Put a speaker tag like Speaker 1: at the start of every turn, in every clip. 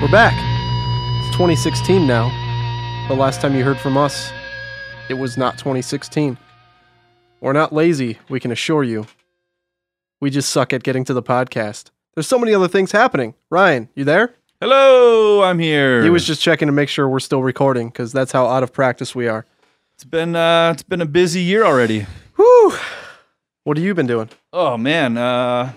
Speaker 1: We're back. It's 2016 now. The last time you heard from us, it was not 2016. We're not lazy, we can assure you. We just suck at getting to the podcast. There's so many other things happening. Ryan, you there?
Speaker 2: Hello, I'm here.
Speaker 1: He was just checking to make sure we're still recording because that's how out of practice we are.
Speaker 2: It's been uh, it's been a busy year already.
Speaker 1: Whew. What have you been doing?
Speaker 2: Oh man, uh,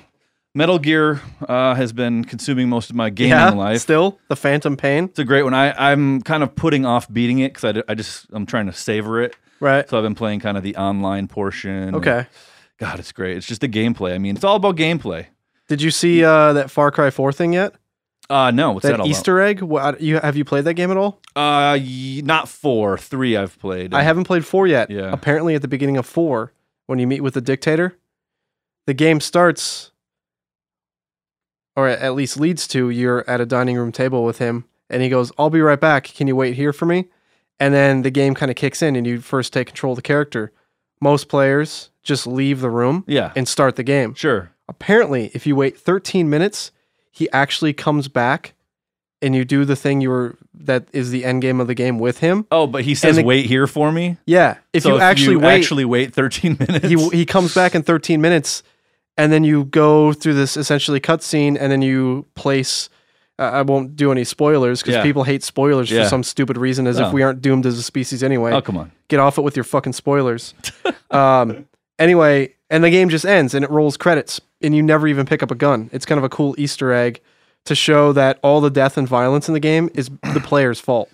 Speaker 2: Metal Gear uh, has been consuming most of my gaming life.
Speaker 1: still the phantom pain,
Speaker 2: It's a great one. I I'm kind of putting off beating it because I, d- I just I'm trying to savor it.
Speaker 1: right?
Speaker 2: So I've been playing kind of the online portion.
Speaker 1: Okay.
Speaker 2: God, it's great. It's just the gameplay. I mean, it's all about gameplay.
Speaker 1: Did you see uh, that Far Cry 4 thing yet?
Speaker 2: Uh no, what's that,
Speaker 1: that
Speaker 2: all
Speaker 1: Easter egg? What, you have you played that game at all?
Speaker 2: about? Uh, y- not four, three. I've played.
Speaker 1: I haven't played four yet.
Speaker 2: Yeah.
Speaker 1: Apparently, at the beginning of four, when you meet with the dictator, the game starts, or at least leads to, you're at a dining room table with him, and he goes, I'll be right back. Can you wait here for me? And then the game kind of kicks in, and you first take control of the character. Most players just leave the room
Speaker 2: Yeah,
Speaker 1: and start the game.
Speaker 2: sure.
Speaker 1: Apparently, if you wait 13 minutes, he actually comes back. And you do the thing you were that is the end game of the game with him.
Speaker 2: Oh, but he says
Speaker 1: the-
Speaker 2: wait here for me.
Speaker 1: Yeah. If
Speaker 2: So
Speaker 1: you actually wait,
Speaker 2: actually wait 13 minutes,
Speaker 1: he he comes back in 13 minutes, and then you go through this essentially cutscene, and then you place. Uh, I won't do any spoilers because
Speaker 2: Yeah.
Speaker 1: people hate spoilers
Speaker 2: Yeah.
Speaker 1: for some stupid reason, as
Speaker 2: Oh.
Speaker 1: if we aren't doomed as a species anyway.
Speaker 2: Oh, come on.
Speaker 1: Get off it with your fucking spoilers. um, anyway, and the game just ends and it rolls credits, and you never even pick up a gun. It's kind of a cool Easter egg to show that all the death and violence in the game is the player's fault.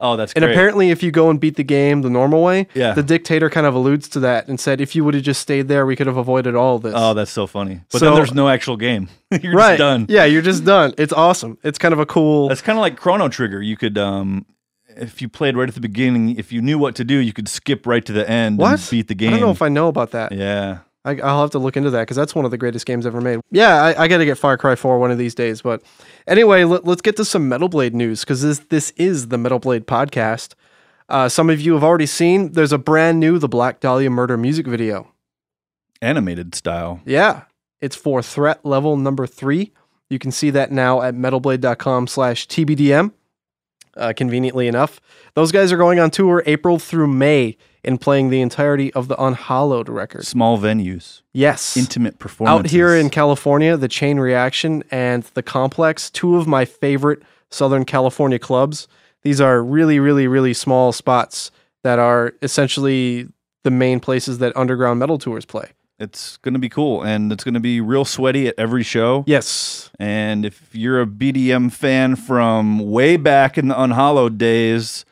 Speaker 2: Oh, that's
Speaker 1: And
Speaker 2: great.
Speaker 1: apparently, if you go and beat the game the normal way,
Speaker 2: Yeah.
Speaker 1: the dictator kind of alludes to that and said, if you would have just stayed there, we could have avoided all this.
Speaker 2: oh, that's so funny. But
Speaker 1: So-
Speaker 2: then there's no actual game. You're
Speaker 1: right.
Speaker 2: just done.
Speaker 1: Yeah, you're just done. It's awesome. It's kind of a cool.
Speaker 2: That's kind of like Chrono Trigger. You could, um, if you played right at the beginning, if you knew what to do, you could skip right to the end
Speaker 1: What?
Speaker 2: and beat the game.
Speaker 1: I don't know if I know about that.
Speaker 2: yeah.
Speaker 1: I, I'll have to look into that because that's one of the greatest games ever made. Yeah, I, I got to get Far Cry 4 one of these days. But anyway, let, let's get to some Metal Blade news because this, this is the Metal Blade podcast. Uh, some of you have already seen there's a brand new The Black Dahlia Murder music video.
Speaker 2: Animated style.
Speaker 1: Yeah. It's for threat level number three. You can see that now at metalblade.com slash TBDM. Uh, conveniently enough, those guys are going on tour April through May and playing the entirety of the Unhollowed record.
Speaker 2: Small venues.
Speaker 1: Yes.
Speaker 2: Intimate performances.
Speaker 1: Out here in California, the Chain Reaction and the Complex, two of my favorite Southern California clubs. These are really, really, really small spots that are essentially the main places that underground metal tours play.
Speaker 2: It's going to be cool. And it's going to be real sweaty at every show.
Speaker 1: Yes.
Speaker 2: And if you're a BDM fan from way back in the Unhollowed days,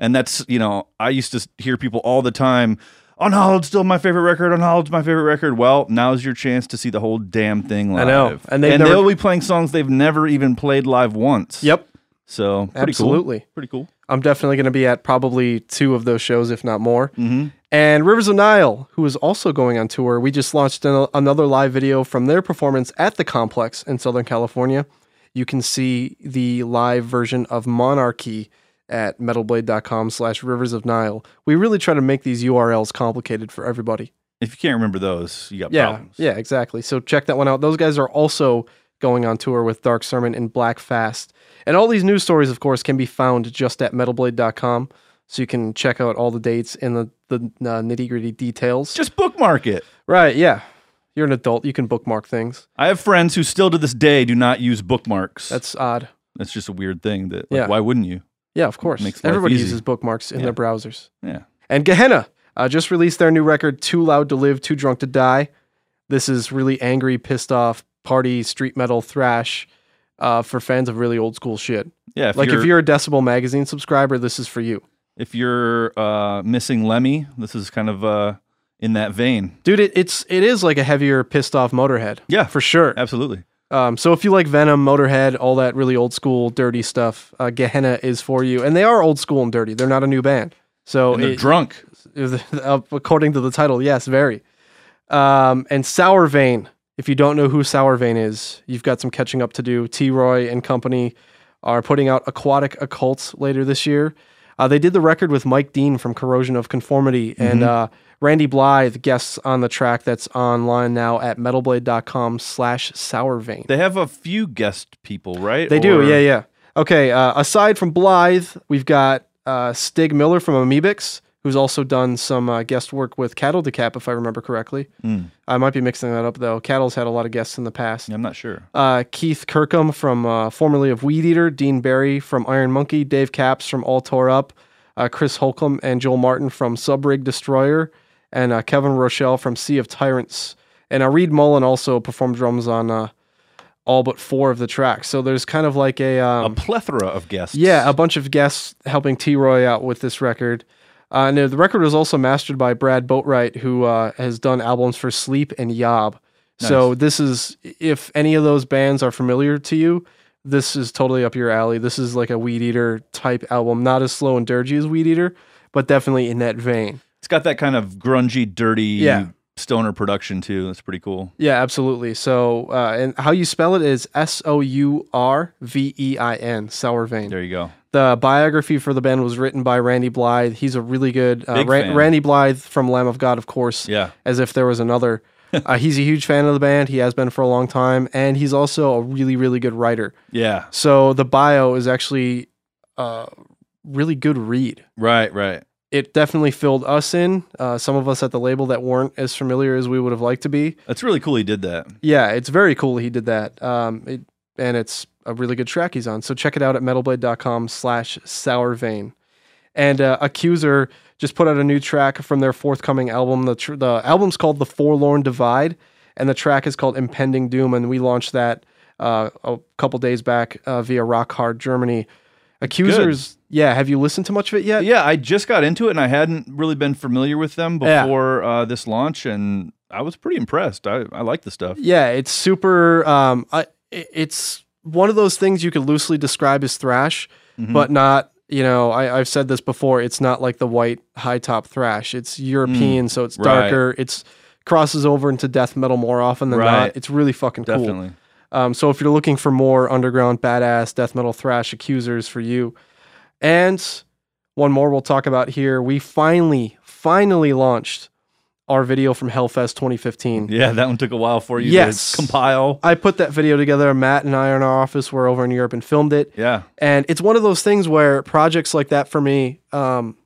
Speaker 2: and that's, you know, I used to s- hear people all the time, Unhollowed's still my favorite record, Unhollowed's my favorite record. Well, now's your chance to see the whole damn thing
Speaker 1: I
Speaker 2: live.
Speaker 1: know. And
Speaker 2: And,
Speaker 1: they've
Speaker 2: they
Speaker 1: never-
Speaker 2: will be playing songs they've never even played live once.
Speaker 1: Yep.
Speaker 2: So, pretty
Speaker 1: Absolutely.
Speaker 2: cool. Pretty cool.
Speaker 1: I'm definitely going to be at probably two of those shows, if not more.
Speaker 2: Mm-hmm.
Speaker 1: And Rivers of Nile, who is also going on tour, we just launched an, another live video from their performance at the complex in Southern California. You can see the live version of Monarchy at metalblade.com slash rivers of nile we really try to make these urls complicated for everybody
Speaker 2: If you can't remember those, you got
Speaker 1: yeah
Speaker 2: problems.
Speaker 1: yeah exactly so check that one out those guys are also going on tour with dark sermon and black fast and all these news stories of course can be found just at metalblade.com so you can check out all the dates and the, the uh, nitty gritty details
Speaker 2: Just bookmark it.
Speaker 1: right yeah you're an adult you can bookmark things
Speaker 2: I have friends who still to this day do not use bookmarks.
Speaker 1: that's odd
Speaker 2: that's just a weird thing that, like,
Speaker 1: Yeah.
Speaker 2: why wouldn't you?
Speaker 1: yeah of course
Speaker 2: Makes life
Speaker 1: everybody
Speaker 2: easy.
Speaker 1: uses bookmarks in
Speaker 2: Yeah.
Speaker 1: their browsers
Speaker 2: Yeah.
Speaker 1: And Gehenna uh, just released their new record, Too Loud to Live, Too Drunk to Die. This is really angry, pissed off, party, street metal, thrash uh, for fans of really old school shit.
Speaker 2: Yeah.
Speaker 1: like if you're a Decibel Magazine subscriber, this is for you.
Speaker 2: if you're uh, missing Lemmy, this is kind of uh, in that vein.
Speaker 1: Dude, it, it's, it is like a heavier, pissed off Motorhead.
Speaker 2: Yeah,
Speaker 1: For sure.
Speaker 2: absolutely.
Speaker 1: Um, so if you like Venom, Motorhead, all that really old school, dirty stuff, uh, Gehenna is for you. And they are old school and dirty. They're not a new band. So
Speaker 2: And they're
Speaker 1: it-
Speaker 2: drunk.
Speaker 1: according to the title, yes, very. Um, and Sour Vein. If you don't know who Sour Vein is, you've got some catching up to do. T. Roy and company are putting out Aquatic Occult later this year. Uh, they did the record with Mike Dean from Corrosion of Conformity and uh, Randy Blythe guests on the track that's online now at metalblade.com slash sourvein.
Speaker 2: They have a few guest people, right?
Speaker 1: They do,
Speaker 2: Or-
Speaker 1: yeah, yeah. Okay, uh, aside from Blythe, we've got uh, Stig Miller from Amoebix, who's also done some uh, guest work with Cattle Decap, if I remember correctly.
Speaker 2: Mm.
Speaker 1: I might be mixing that up, though. Cattle's had a lot of guests in the past.
Speaker 2: I'm not sure.
Speaker 1: Uh, Keith Kirkham from uh, formerly of Weed Eater, Dean Barry from Iron Monkey, Dave Caps from All Tore Up, uh, Chris Holcomb and Joel Martin from Subrig Destroyer, and uh, Kevin Rochelle from Sea of Tyrants. And uh, Reed Mullen also performed drums on uh, all but four of the tracks. So there's kind of like a um,
Speaker 2: A plethora of guests.
Speaker 1: yeah, a bunch of guests helping T Roy out with this record. Uh, and the record was also mastered by Brad Boatwright, who uh, has done albums for Sleep and Yob. So this is, if any of those bands are familiar to you, this is totally up your alley. This is like a Weed Eater type album, not as slow and dirgy as Weed Eater, but definitely in that vein.
Speaker 2: It's got that kind of grungy, dirty
Speaker 1: Yeah.
Speaker 2: stoner production too. That's pretty cool.
Speaker 1: Yeah, absolutely. So, uh, and how you spell it is S O U R V E I N, Sour Vein.
Speaker 2: There you go.
Speaker 1: The biography for the band was written by Randy Blythe. He's a really good uh,
Speaker 2: Big
Speaker 1: Ra-
Speaker 2: fan.
Speaker 1: Randy Blythe from Lamb of God, of course.
Speaker 2: Yeah.
Speaker 1: As if there was another. uh, he's a huge fan of the band. He has been for a long time, and he's also a really, really good writer.
Speaker 2: Yeah.
Speaker 1: So the bio is actually a really good read.
Speaker 2: Right, right.
Speaker 1: It definitely filled us in. Uh, some of us at the label that weren't as familiar as we would have liked to be.
Speaker 2: That's really cool he did that.
Speaker 1: Yeah, it's very cool he did that. Um, it, and it's a really good track he's on. So check it out at metalblade.com slash sourvein. And uh, Accuser just put out a new track from their forthcoming album. The, tr- the album's called The Forlorn Divide, and the track is called Impending Doom. And we launched that uh, a couple days back uh, via Rock Hard Germany. Accusers, yeah, have you listened to much of it yet?
Speaker 2: Yeah, I just got into it and I hadn't really been familiar with them
Speaker 1: Yeah.
Speaker 2: before uh, this launch and I was pretty impressed. I, I like the stuff.
Speaker 1: Yeah, it's super. Um, I, i- it's one of those things you could loosely describe as thrash,
Speaker 2: Mhm.
Speaker 1: but not. You know, I, I've said this before. It's not like the white high top thrash. It's European, so it's
Speaker 2: Mm, right.
Speaker 1: darker. It's crosses over into death metal more often than
Speaker 2: Right.
Speaker 1: not. It's really fucking cool.
Speaker 2: definitely.
Speaker 1: Um, so if you're looking for more underground badass death metal thrash accusers for you, and one more we'll talk about here. We finally, finally launched our video from Hellfest 2015.
Speaker 2: Yeah, that one took a while for you
Speaker 1: Yes.
Speaker 2: to compile.
Speaker 1: I put that video together. Matt and I are in our office. We're over in Europe and filmed it.
Speaker 2: Yeah.
Speaker 1: And it's one of those things where projects like that for me, um,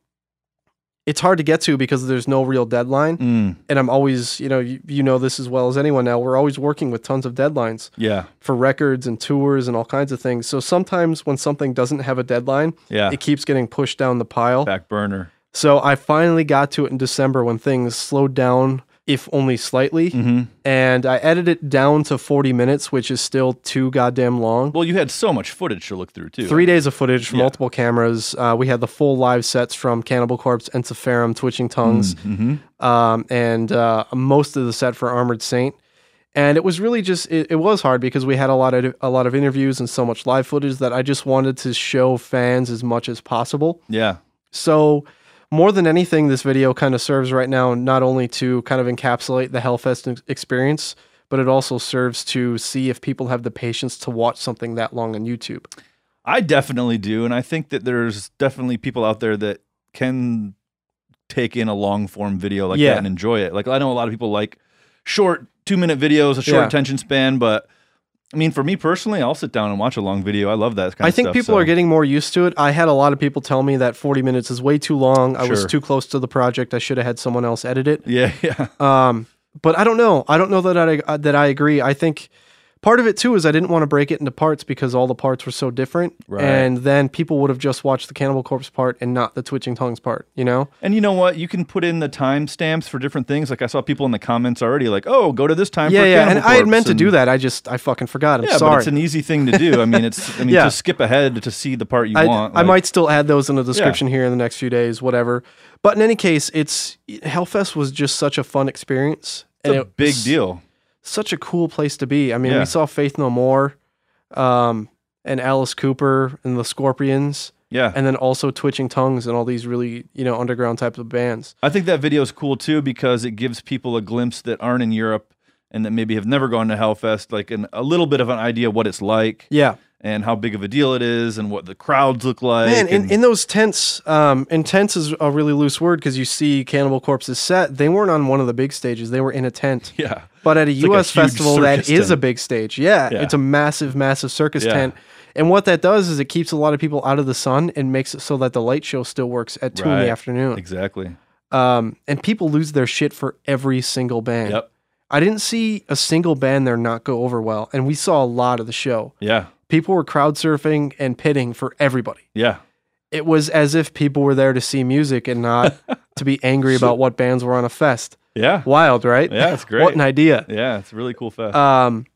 Speaker 1: it's hard to get to because there's no real deadline.
Speaker 2: Mm,
Speaker 1: And I'm always, you know, you, you know this as well as anyone now. We're always working with tons of deadlines
Speaker 2: yeah.
Speaker 1: for records and tours and all kinds of things. So sometimes when something doesn't have a deadline,
Speaker 2: Yeah.
Speaker 1: it keeps getting pushed down the pile.
Speaker 2: Back burner.
Speaker 1: So I finally got to it in December when things slowed down, if only slightly
Speaker 2: hmm
Speaker 1: and I edited it down to 40 minutes, which is still too goddamn long.
Speaker 2: Well, you had so much footage to look through too.
Speaker 1: Three days of footage from
Speaker 2: Yeah.
Speaker 1: multiple cameras. Uh, we had the full live sets from Cannibal Corpse, Encepharum, Twitching Tongues,
Speaker 2: Mm-hmm.
Speaker 1: um, and uh, most of the set for Armored Saint. And it was really just it, it was hard because we had a lot of a lot of interviews and so much live footage that I just wanted to show fans as much as possible.
Speaker 2: Yeah.
Speaker 1: So, more than anything, this video kind of serves right now not only to kind of encapsulate the Hellfest ex- experience, but it also serves to see if people have the patience to watch something that long on YouTube.
Speaker 2: I definitely do, and I think that there's definitely people out there that can take in a long form video like
Speaker 1: Yeah.
Speaker 2: that and enjoy it. Like I know a lot of people like short two minute videos, a short
Speaker 1: Yeah.
Speaker 2: attention span, but I mean, for me personally, I'll sit down and watch a long video. I love that kind
Speaker 1: I
Speaker 2: of
Speaker 1: think
Speaker 2: stuff,
Speaker 1: people
Speaker 2: so-
Speaker 1: are getting more used to it. I had a lot of people tell me that 40 minutes is way too long. I was
Speaker 2: Sure.
Speaker 1: too close to the project. I should have had someone else edit it.
Speaker 2: yeah, yeah,
Speaker 1: Um, but I don't know. I don't know that I uh, that I agree. I think part of it too is I didn't want to break it into parts because all the parts were so different,
Speaker 2: Right.
Speaker 1: and then people would have just watched the Cannibal Corpse part and not the Twitching Tongues part. You know?
Speaker 2: and you know what? You can put in the timestamps for different things. Like I saw people in the comments already, like, "Oh, go to this time."
Speaker 1: yeah,
Speaker 2: for
Speaker 1: yeah. And
Speaker 2: Cannibal
Speaker 1: I had
Speaker 2: Corpse,"
Speaker 1: meant to
Speaker 2: and-
Speaker 1: do that. I just I fucking forgot. I'm
Speaker 2: Yeah, but
Speaker 1: sorry.
Speaker 2: it's an easy thing to do. I mean, it's I mean,
Speaker 1: Yeah.
Speaker 2: just skip ahead to see the part you
Speaker 1: I,
Speaker 2: want.
Speaker 1: I
Speaker 2: like-
Speaker 1: might still add those in the description here in the next few days, whatever. But in any case, it's Hellfest was just such a fun experience.
Speaker 2: It's a
Speaker 1: it
Speaker 2: big
Speaker 1: was-
Speaker 2: deal.
Speaker 1: such a cool place to be. I mean,
Speaker 2: Yeah.
Speaker 1: we saw Faith No More, um, and Alice Cooper and the Scorpions,
Speaker 2: Yeah.
Speaker 1: and then also Twitching Tongues and all these really you know underground types of bands.
Speaker 2: I think that video is cool too because it gives people a glimpse that aren't in Europe and that maybe have never gone to Hellfest, like an, a little bit of an idea what it's like
Speaker 1: Yeah,
Speaker 2: and how big of a deal it is and what the crowds look like.
Speaker 1: man. In,
Speaker 2: and-
Speaker 1: in those tents, um, and tents is a really loose word because you see Cannibal Corpse's set. They weren't on one of the big stages. They were in a tent.
Speaker 2: yeah,
Speaker 1: But at a
Speaker 2: like a
Speaker 1: U.S.
Speaker 2: huge
Speaker 1: festival that
Speaker 2: circus
Speaker 1: is a
Speaker 2: tent.
Speaker 1: big stage, yeah,
Speaker 2: Yeah.
Speaker 1: it's a massive, massive circus
Speaker 2: Yeah.
Speaker 1: tent, And what that does is it keeps a lot of people out of the sun and makes it so that the light show still works at two in
Speaker 2: Right.
Speaker 1: the afternoon.
Speaker 2: Exactly.
Speaker 1: Um, and people lose their shit for every single band.
Speaker 2: Yep.
Speaker 1: I didn't see a single band there not go over well, and we saw a lot of the show.
Speaker 2: Yeah.
Speaker 1: People were crowd surfing and pitting for everybody.
Speaker 2: Yeah.
Speaker 1: It was as if people were there to see music and not to be angry about what bands were on a fest.
Speaker 2: Yeah.
Speaker 1: Wild, right?
Speaker 2: Yeah. It's
Speaker 1: What
Speaker 2: great.
Speaker 1: an idea.
Speaker 2: yeah. It's a really cool fest.
Speaker 1: Um,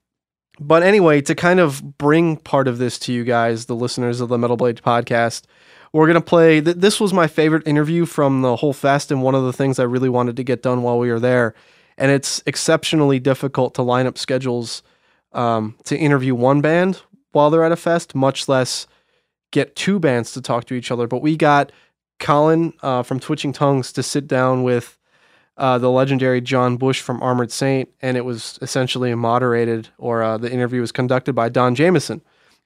Speaker 1: but anyway, to kind of bring part of this to you guys, the listeners of the Metal Blade podcast, we're going to play. Th- this was my favorite interview from the whole fest, and one of the things I really wanted to get done while we were there. And it's exceptionally difficult to line up schedules um, to interview one band while they're at a fest, much less get two bands to talk to each other. But we got Colin uh, from Twitching Tongues to sit down with uh, the legendary John Bush from Armored Saint, and it was essentially moderated, or uh, the interview was conducted by Don Jameson,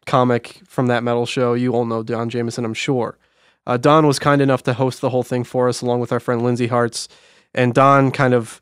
Speaker 1: comic from that metal show. You all know Don Jameson, I'm sure. Uh, Don was kind enough to host the whole thing for us, along with our friend Lindsay Hartz. And Don kind of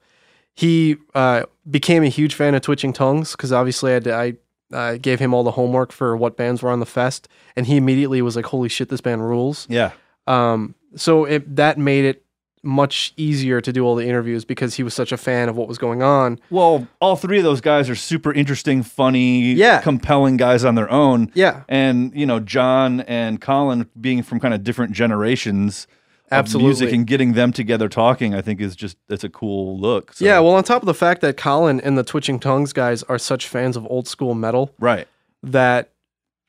Speaker 1: he uh, became a huge fan of Twitching Tongues because obviously I, had to- I uh, gave him all the homework for what bands were on the fest, and he immediately was like, "Holy shit, this band rules!"
Speaker 2: yeah.
Speaker 1: Um, so it, that made it much easier to do all the interviews because he was such a fan of what was going on.
Speaker 2: Well, all three of those guys are super interesting, funny,
Speaker 1: Yeah.
Speaker 2: compelling guys on their own.
Speaker 1: Yeah,
Speaker 2: And, you know, John and Colin being from kind of different generations
Speaker 1: absolutely.
Speaker 2: of music and getting them together talking, I think is just, it's a cool look. So-
Speaker 1: yeah, well, on top of the fact that Colin and the Twitching Tongues guys are such fans of old school metal
Speaker 2: Right.
Speaker 1: that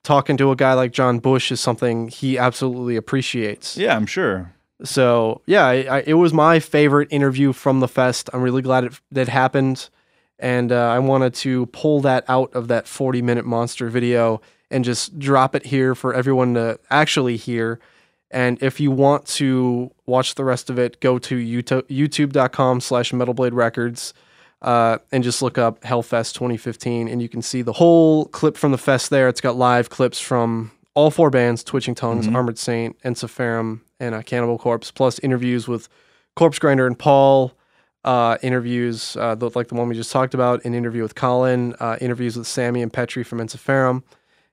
Speaker 1: talking to a guy like John Bush is something he absolutely appreciates.
Speaker 2: Yeah, I'm sure.
Speaker 1: So yeah, I, I, it was my favorite interview from the fest. I'm really glad it that happened, and uh, I wanted to pull that out of that 40 minute monster video and just drop it here for everyone to actually hear. And if you want to watch the rest of it, go to youtu- youtube.com/slash metalblade records. Uh, and just look up Hellfest 2015, and you can see the whole clip from the fest there. It's got live clips from all four bands Twitching Tongues, Armored Saint, Encepharum, and uh, Cannibal Corpse, plus interviews with Corpse Grinder and Paul, uh, interviews uh, th- like the one we just talked about, an interview with Colin, uh, interviews with Sammy and Petri from Encepharum.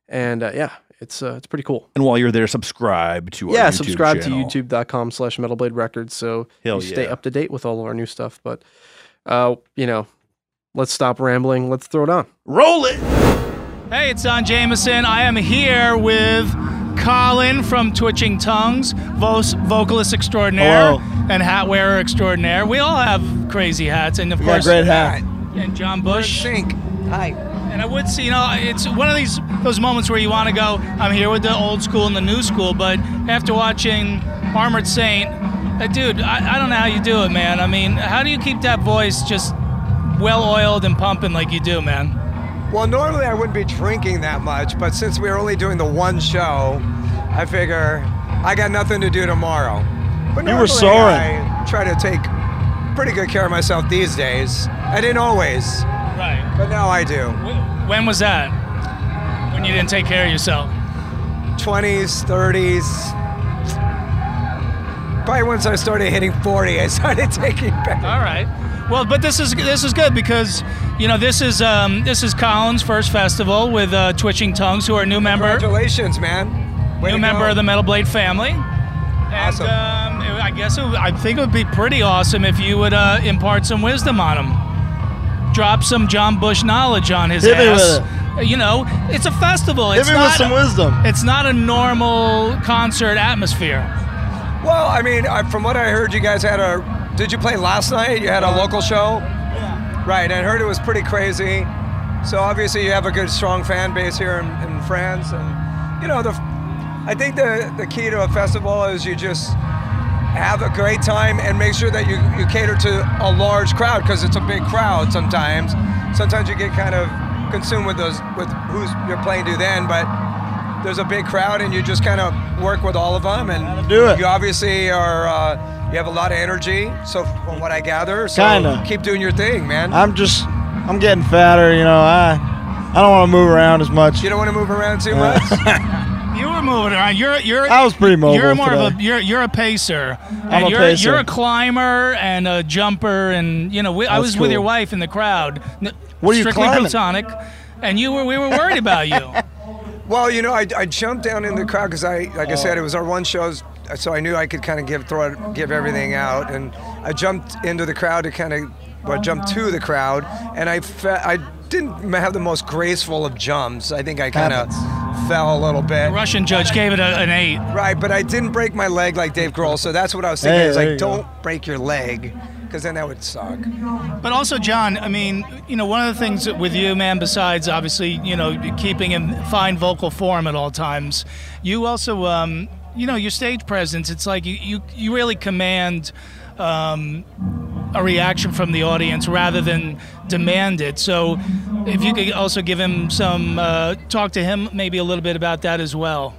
Speaker 1: And uh, yeah, it's uh, it's pretty cool.
Speaker 2: And while you're there, subscribe to our
Speaker 1: yeah,
Speaker 2: YouTube
Speaker 1: subscribe
Speaker 2: channel.
Speaker 1: to youtube.com slash metalblade records so
Speaker 2: Hell
Speaker 1: you stay
Speaker 2: yeah.
Speaker 1: up to date with all of our new stuff. But, uh, you know, let's stop rambling. Let's throw it on.
Speaker 2: Roll it.
Speaker 3: Hey, it's Don Jameson. I am here with Colin from Twitching Tongues, vos- vocalist extraordinaire
Speaker 4: Hello.
Speaker 3: and hat wearer extraordinaire. We all have crazy hats, and of
Speaker 4: Yeah,
Speaker 3: course,
Speaker 4: great hat.
Speaker 3: and John Bush.
Speaker 5: Hi.
Speaker 3: And I would say, you know, it's one of these those moments where you want to go. I'm here with the old school and the new school, but after watching Armored Saint, uh, dude, I, I don't know how you do it, man. I mean, how do you keep that voice just well oiled and pumping like you do, man?
Speaker 5: Well, normally I wouldn't be drinking that much, but since we were only doing the one show, I figure I got nothing to do tomorrow. But
Speaker 4: You
Speaker 5: normally
Speaker 4: were soaring.
Speaker 5: I try to take pretty good care of myself these days. I didn't always,
Speaker 3: Right.
Speaker 5: but now I do.
Speaker 3: Wh- When was that? When you didn't take care of yourself?
Speaker 5: 20s, 30s. Probably once I started hitting 40, I started taking back.
Speaker 3: All right. Well, but this is this is good because you know this is um, this is Colin's first festival with uh, Twitching Tongues, who are a new member
Speaker 5: Congratulations, man. Way
Speaker 3: new
Speaker 5: to
Speaker 3: member
Speaker 5: go.
Speaker 3: of the Metal Blade family. And,
Speaker 5: Awesome.
Speaker 3: Um, it- I guess it, would- I think it would be pretty awesome if you would uh, impart some wisdom on him. Drop some John Bush knowledge on his
Speaker 4: Hit me with
Speaker 3: ass. You know, it's a festival. It's
Speaker 4: Hit me
Speaker 3: not
Speaker 4: with some wisdom.
Speaker 3: it's not a normal concert atmosphere.
Speaker 5: Well, I mean, I, from what I heard, you guys had a. Did you play last night? You had
Speaker 3: Uh,
Speaker 5: a local show? Yeah. Right, I heard it was pretty crazy. So obviously, you have a good, strong fan base here in, in France, and you know, the. I think the the key to a festival is you just have a great time and make sure that you, you cater to a large crowd because it's a big crowd sometimes. Sometimes you get kind of consumed with those with who's you're playing to then, but there's a big crowd and you just kind of work with all of them and
Speaker 4: do it.
Speaker 5: You obviously are uh, you have a lot of energy, so from what I gather, so
Speaker 4: Kinda.
Speaker 5: keep doing your thing, man.
Speaker 4: I'm just, I'm getting fatter, you know. I, I don't want to move around as much.
Speaker 5: you don't want to move around too much.
Speaker 3: You were moving around. You're you're.
Speaker 4: I was pretty mobile
Speaker 3: You're more of a
Speaker 4: today.
Speaker 3: you're you're a pacer. And
Speaker 4: a
Speaker 3: you're,
Speaker 4: pacer.
Speaker 3: You're a climber and a jumper, and you know we, I
Speaker 4: That's
Speaker 3: was with your
Speaker 4: cool.
Speaker 3: wife in the crowd. N-
Speaker 4: What are you
Speaker 3: strictly
Speaker 4: climbing?
Speaker 3: platonic, and you were we were worried about you.
Speaker 5: Well, you know, I, I jumped down in the crowd because I, like I said, it was our one show, so I knew I could kind of give throw it, give everything out, and I jumped into the crowd to kind of, well, jump to the crowd, and I fe- I didn't have the most graceful of jumps. I think I kind of fell a little bit.
Speaker 3: Russian judge gave it a, an eight.
Speaker 5: Right, but I didn't break my leg like Dave Grohl, so that's what I was thinking.
Speaker 4: Hey,
Speaker 5: is
Speaker 4: there
Speaker 5: like,
Speaker 4: you go.
Speaker 5: don't break your leg, because then that would suck.
Speaker 3: But also, John, I mean, you know, one of the things with you, man, besides obviously, you know, keeping in fine vocal form at all times, you also, um, you know, your stage presence, it's like you, you, you really command um, a reaction from the audience rather than demand it. So if you could also give him some, uh, talk to him maybe a little bit about that as well.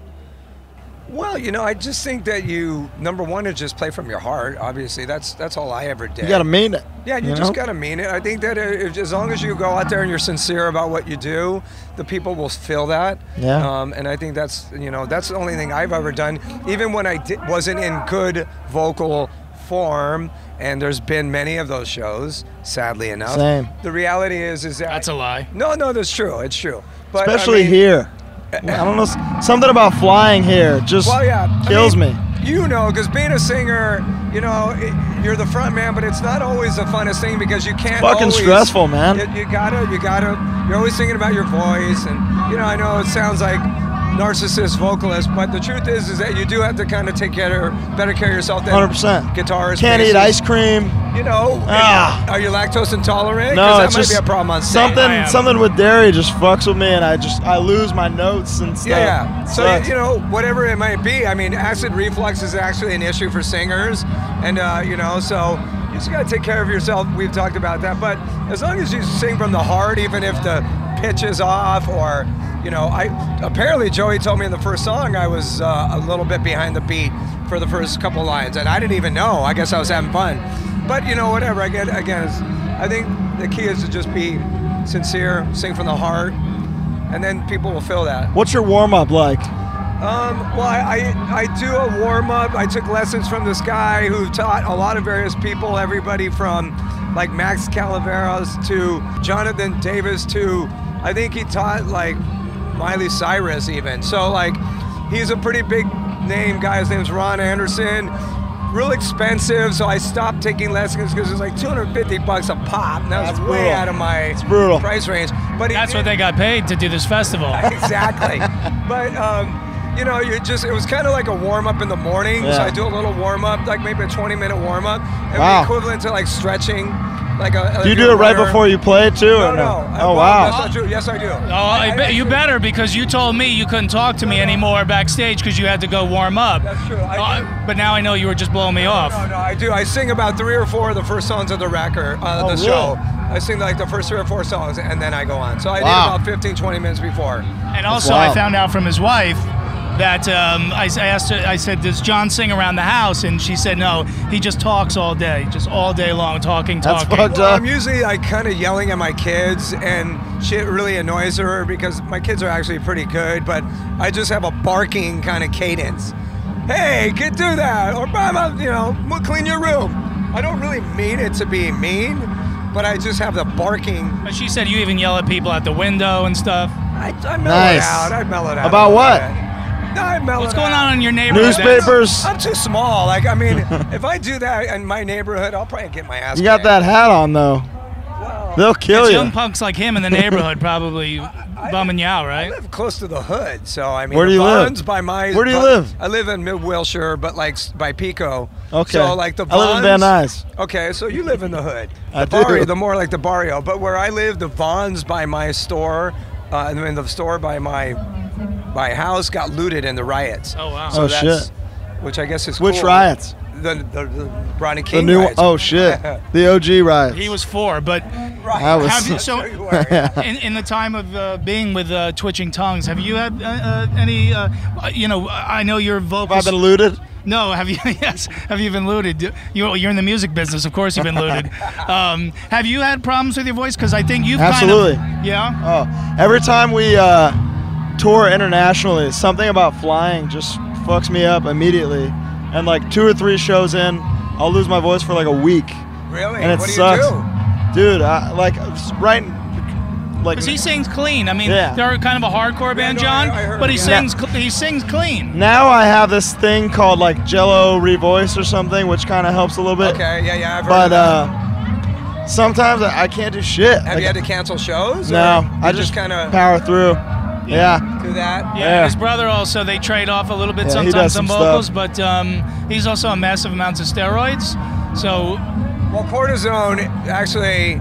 Speaker 5: Well, you know, I just think that you number one is just play from your heart. Obviously, that's that's all I ever did.
Speaker 4: You got to mean it.
Speaker 5: Yeah, you, just
Speaker 4: know?
Speaker 5: gotta mean it. I think that if, as long as you go out there and you're sincere about what you do, the people will feel that.
Speaker 4: Yeah.
Speaker 5: Um, and I think that's you know that's the only thing I've ever done. Even when I di- wasn't in good vocal form, and there's been many of those shows, sadly enough.
Speaker 4: Same.
Speaker 5: The reality is, is that
Speaker 3: That's a lie.
Speaker 5: No, no, that's true. It's true. But I
Speaker 4: Especially
Speaker 5: mean- eh,
Speaker 4: here. I don't know. s- Something about flying here just
Speaker 5: Well, yeah, I
Speaker 4: kills
Speaker 5: mean,
Speaker 4: me.
Speaker 5: You know, because being a singer, you know, it, you're the front man, but it's not always the funnest thing because you can't.
Speaker 4: fucking
Speaker 5: always-
Speaker 4: stressful, man.
Speaker 5: You, you gotta, you gotta. You're always thinking about your voice, and you know, I know it sounds like narcissist vocalist, but the truth is, is that you do have to kind of take care, better care of yourself than
Speaker 4: 100%.
Speaker 5: guitarist.
Speaker 4: Can't
Speaker 5: bassist,
Speaker 4: eat ice cream.
Speaker 5: You know,
Speaker 4: Ah.
Speaker 5: are you lactose intolerant? 'Cause
Speaker 4: No,
Speaker 5: that
Speaker 4: it's
Speaker 5: might
Speaker 4: just
Speaker 5: be a problem on stage.
Speaker 3: I
Speaker 4: something
Speaker 3: am.
Speaker 4: something with dairy just fucks with me, and I just I lose my notes and stuff.
Speaker 5: Yeah, yeah.
Speaker 4: It
Speaker 5: So
Speaker 4: sucks.
Speaker 5: you know, whatever it might be, I mean, acid reflux is actually an issue for singers, and uh, you know, so you just gotta take care of yourself. We've talked about that, but as long as you sing from the heart, even if the pitch is off, or you know, I apparently Joey told me in the first song I was uh, a little bit behind the beat for the first couple lines, and I didn't even know. I guess I was having fun, but you know, whatever. I get again, it's, I think the key is to just be sincere, sing from the heart. And then people will feel that.
Speaker 4: What's your warm up like?
Speaker 5: Um, well, I, I, I do a warm up. I took lessons from this guy who taught a lot of various people, everybody from like Max Calaveras to Jonathan Davis to I think he taught like Miley Cyrus even. So like he's a pretty big name guy. His name's Ron Anderson. Real expensive, so I stopped taking lessons because it was like 250 bucks a pop. And that was
Speaker 4: That's
Speaker 5: way
Speaker 4: brutal.
Speaker 5: out of my
Speaker 4: brutal.
Speaker 5: price range. But he
Speaker 3: That's
Speaker 5: did-
Speaker 3: what they got paid to do this festival.
Speaker 5: exactly. but um, you know, you just it was kind of like a warm up in the morning. So
Speaker 4: Yeah.
Speaker 5: I do a little warm up, like maybe a 20 minute warm up, and
Speaker 4: Wow.
Speaker 5: equivalent to like stretching, like a.
Speaker 4: Do you do it right before you play too?
Speaker 5: No,
Speaker 4: or
Speaker 5: no. I-
Speaker 4: Oh
Speaker 5: well, That's
Speaker 4: wow.
Speaker 5: not true. Yes, I do.
Speaker 3: Oh, I bet you better because you told me you couldn't talk to me anymore backstage because you had to go warm up.
Speaker 5: That's true.
Speaker 3: Uh,
Speaker 5: I do.
Speaker 3: but now I know you were just blowing me off.
Speaker 5: No, no, I do. I sing about three or four of the first songs of the record, uh,
Speaker 4: Oh,
Speaker 5: the
Speaker 4: really?
Speaker 5: show. I sing like the first three or four songs, and then I go on. So I
Speaker 4: Wow.
Speaker 5: need about 15, 20 minutes before.
Speaker 3: And also, I
Speaker 4: wild.
Speaker 3: found out from his wife that um, I, s- I asked her, I said, Does John sing around the house? And she said, No, he just talks all day, just all day long, talking,
Speaker 4: That's
Speaker 3: talking.
Speaker 4: fucked
Speaker 5: Well,
Speaker 4: up.
Speaker 5: I'm usually like kind of yelling at my kids, and shit really annoys her because my kids are actually pretty good, but I just have a barking kind of cadence. Hey, kid, do that, or Mama, you know, mo- clean your room. I don't really mean it to be mean, but I just have the barking.
Speaker 3: But she said, You even yell at people at the window and stuff.
Speaker 5: I, I mellow it
Speaker 4: Nice.
Speaker 5: out. I mellow it out. a
Speaker 4: About
Speaker 5: little
Speaker 4: what?
Speaker 5: bit. No, I mellow
Speaker 3: What's
Speaker 5: it
Speaker 3: going
Speaker 5: out.
Speaker 3: on in your neighborhood?
Speaker 4: Newspapers.
Speaker 5: I'm too small. Like, I mean, if I do that in my neighborhood, I'll probably get my ass.
Speaker 4: You got
Speaker 5: kicked.
Speaker 4: that hat on though.
Speaker 5: Well,
Speaker 4: They'll
Speaker 3: It's
Speaker 4: kill
Speaker 3: young
Speaker 4: you.
Speaker 3: punks like him in the neighborhood probably bumming you out,
Speaker 5: I
Speaker 3: right?
Speaker 5: live close to the hood, so I mean,
Speaker 4: Where do
Speaker 5: the
Speaker 4: you live?
Speaker 5: Vons By my,
Speaker 4: Where do you
Speaker 5: but-
Speaker 4: live?
Speaker 5: I live in Mid Wilshire, but like s- by Pico.
Speaker 4: Okay.
Speaker 5: So like the
Speaker 4: I live in Van
Speaker 5: Vons-
Speaker 4: Nuys.
Speaker 5: Okay, so you live in the hood.
Speaker 4: I
Speaker 5: the barrio,
Speaker 4: do.
Speaker 5: the more like the barrio, but where I live, the Vons by my store, uh, and then the store by my my house got looted in the riots.
Speaker 3: Oh, wow.
Speaker 5: So
Speaker 4: Oh,
Speaker 5: that's,
Speaker 4: shit.
Speaker 5: Which I guess is
Speaker 4: Which
Speaker 5: cool.
Speaker 4: riots?
Speaker 5: The the, the Rodney
Speaker 4: The
Speaker 5: King.
Speaker 4: new
Speaker 5: riots.
Speaker 4: oh shit. The OG riots.
Speaker 3: He was four, but
Speaker 5: Right.
Speaker 4: That was-
Speaker 3: Have you, so,
Speaker 5: Sure you are.
Speaker 3: in, in the time of uh, being with uh, twitching tongues, have you had uh, uh, any? Uh, uh, you know, I know your
Speaker 4: Have I
Speaker 3: vocals.
Speaker 4: been looted?
Speaker 3: no, have you? Yes, have you been looted? You, you're in the music business, of course. You've been looted. um, have you had problems with your voice? Because I think you've
Speaker 4: Absolutely.
Speaker 3: Kind of, yeah.
Speaker 4: Oh, every time we uh, tour internationally, something about flying just fucks me up immediately. And like two or three shows in, I'll lose my voice for like a week,
Speaker 5: Really?
Speaker 4: and it
Speaker 5: what do
Speaker 4: sucks,
Speaker 5: you do?
Speaker 4: dude. I, like right like
Speaker 3: Because he sings clean. I mean,
Speaker 4: Yeah.
Speaker 3: they're kind of a hardcore band,
Speaker 5: no,
Speaker 3: John,
Speaker 5: I- I heard
Speaker 3: but
Speaker 5: him,
Speaker 3: he
Speaker 5: yeah.
Speaker 3: sings cl- he sings clean.
Speaker 4: now I have this thing called like Jello Revoice or something, which kind of helps a little bit.
Speaker 5: Okay, yeah, yeah. I've heard of
Speaker 4: But
Speaker 5: that.
Speaker 4: uh, sometimes I, I can't do shit.
Speaker 5: have
Speaker 4: Like,
Speaker 5: you had to cancel shows? or
Speaker 4: no,
Speaker 5: you
Speaker 4: I just,
Speaker 5: kind of
Speaker 4: power through. Yeah.
Speaker 5: do that.
Speaker 3: Yeah,
Speaker 4: Yeah.
Speaker 3: his brother also they trade off a little bit
Speaker 4: Yeah, he
Speaker 3: sometimes
Speaker 4: does
Speaker 3: some
Speaker 4: some
Speaker 3: vocals,
Speaker 4: stuff.
Speaker 3: but um, he's also on massive amounts of steroids. So
Speaker 5: Well, cortisone actually,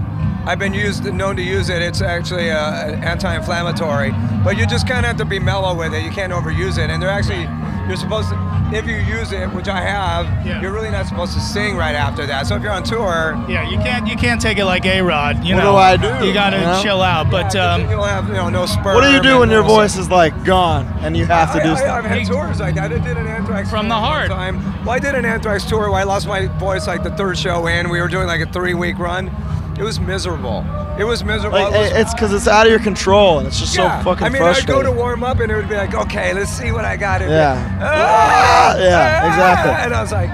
Speaker 5: I've been used known to use it. It's actually uh, an anti-inflammatory, but you just kind of have to be mellow with it. You can't overuse it, and they're actually you're supposed to. If you use it, which I have,
Speaker 3: Yeah.
Speaker 5: you're really not supposed to sing right after that. So if you're on tour,
Speaker 3: yeah, you can't you can't take it like A Rod. You
Speaker 4: What
Speaker 3: know,
Speaker 4: do I do,
Speaker 3: You gotta
Speaker 4: you know?
Speaker 3: chill out. But
Speaker 5: yeah,
Speaker 3: um,
Speaker 5: you'll have you know no spur.
Speaker 4: What do you do when your voice is like gone and you have to do
Speaker 5: I,
Speaker 4: stuff?
Speaker 5: I, I've had tours like that. I did an Anthrax
Speaker 3: From the
Speaker 5: tour one
Speaker 3: heart.
Speaker 5: Time. Well, I did an Anthrax tour. Where I lost my voice like the third show in. We were doing like a three-week run. It was miserable. It was miserable.
Speaker 4: Like
Speaker 5: It was
Speaker 4: it- it's because it's out of your control and it's just so fucking
Speaker 5: I mean,
Speaker 4: frustrating.
Speaker 5: I'd go to warm up and it would be like, okay, let's see what I got. It'd be
Speaker 4: Yeah.
Speaker 5: like, "Ah,
Speaker 4: Yeah,
Speaker 5: ah,"
Speaker 4: exactly.
Speaker 5: And I was like,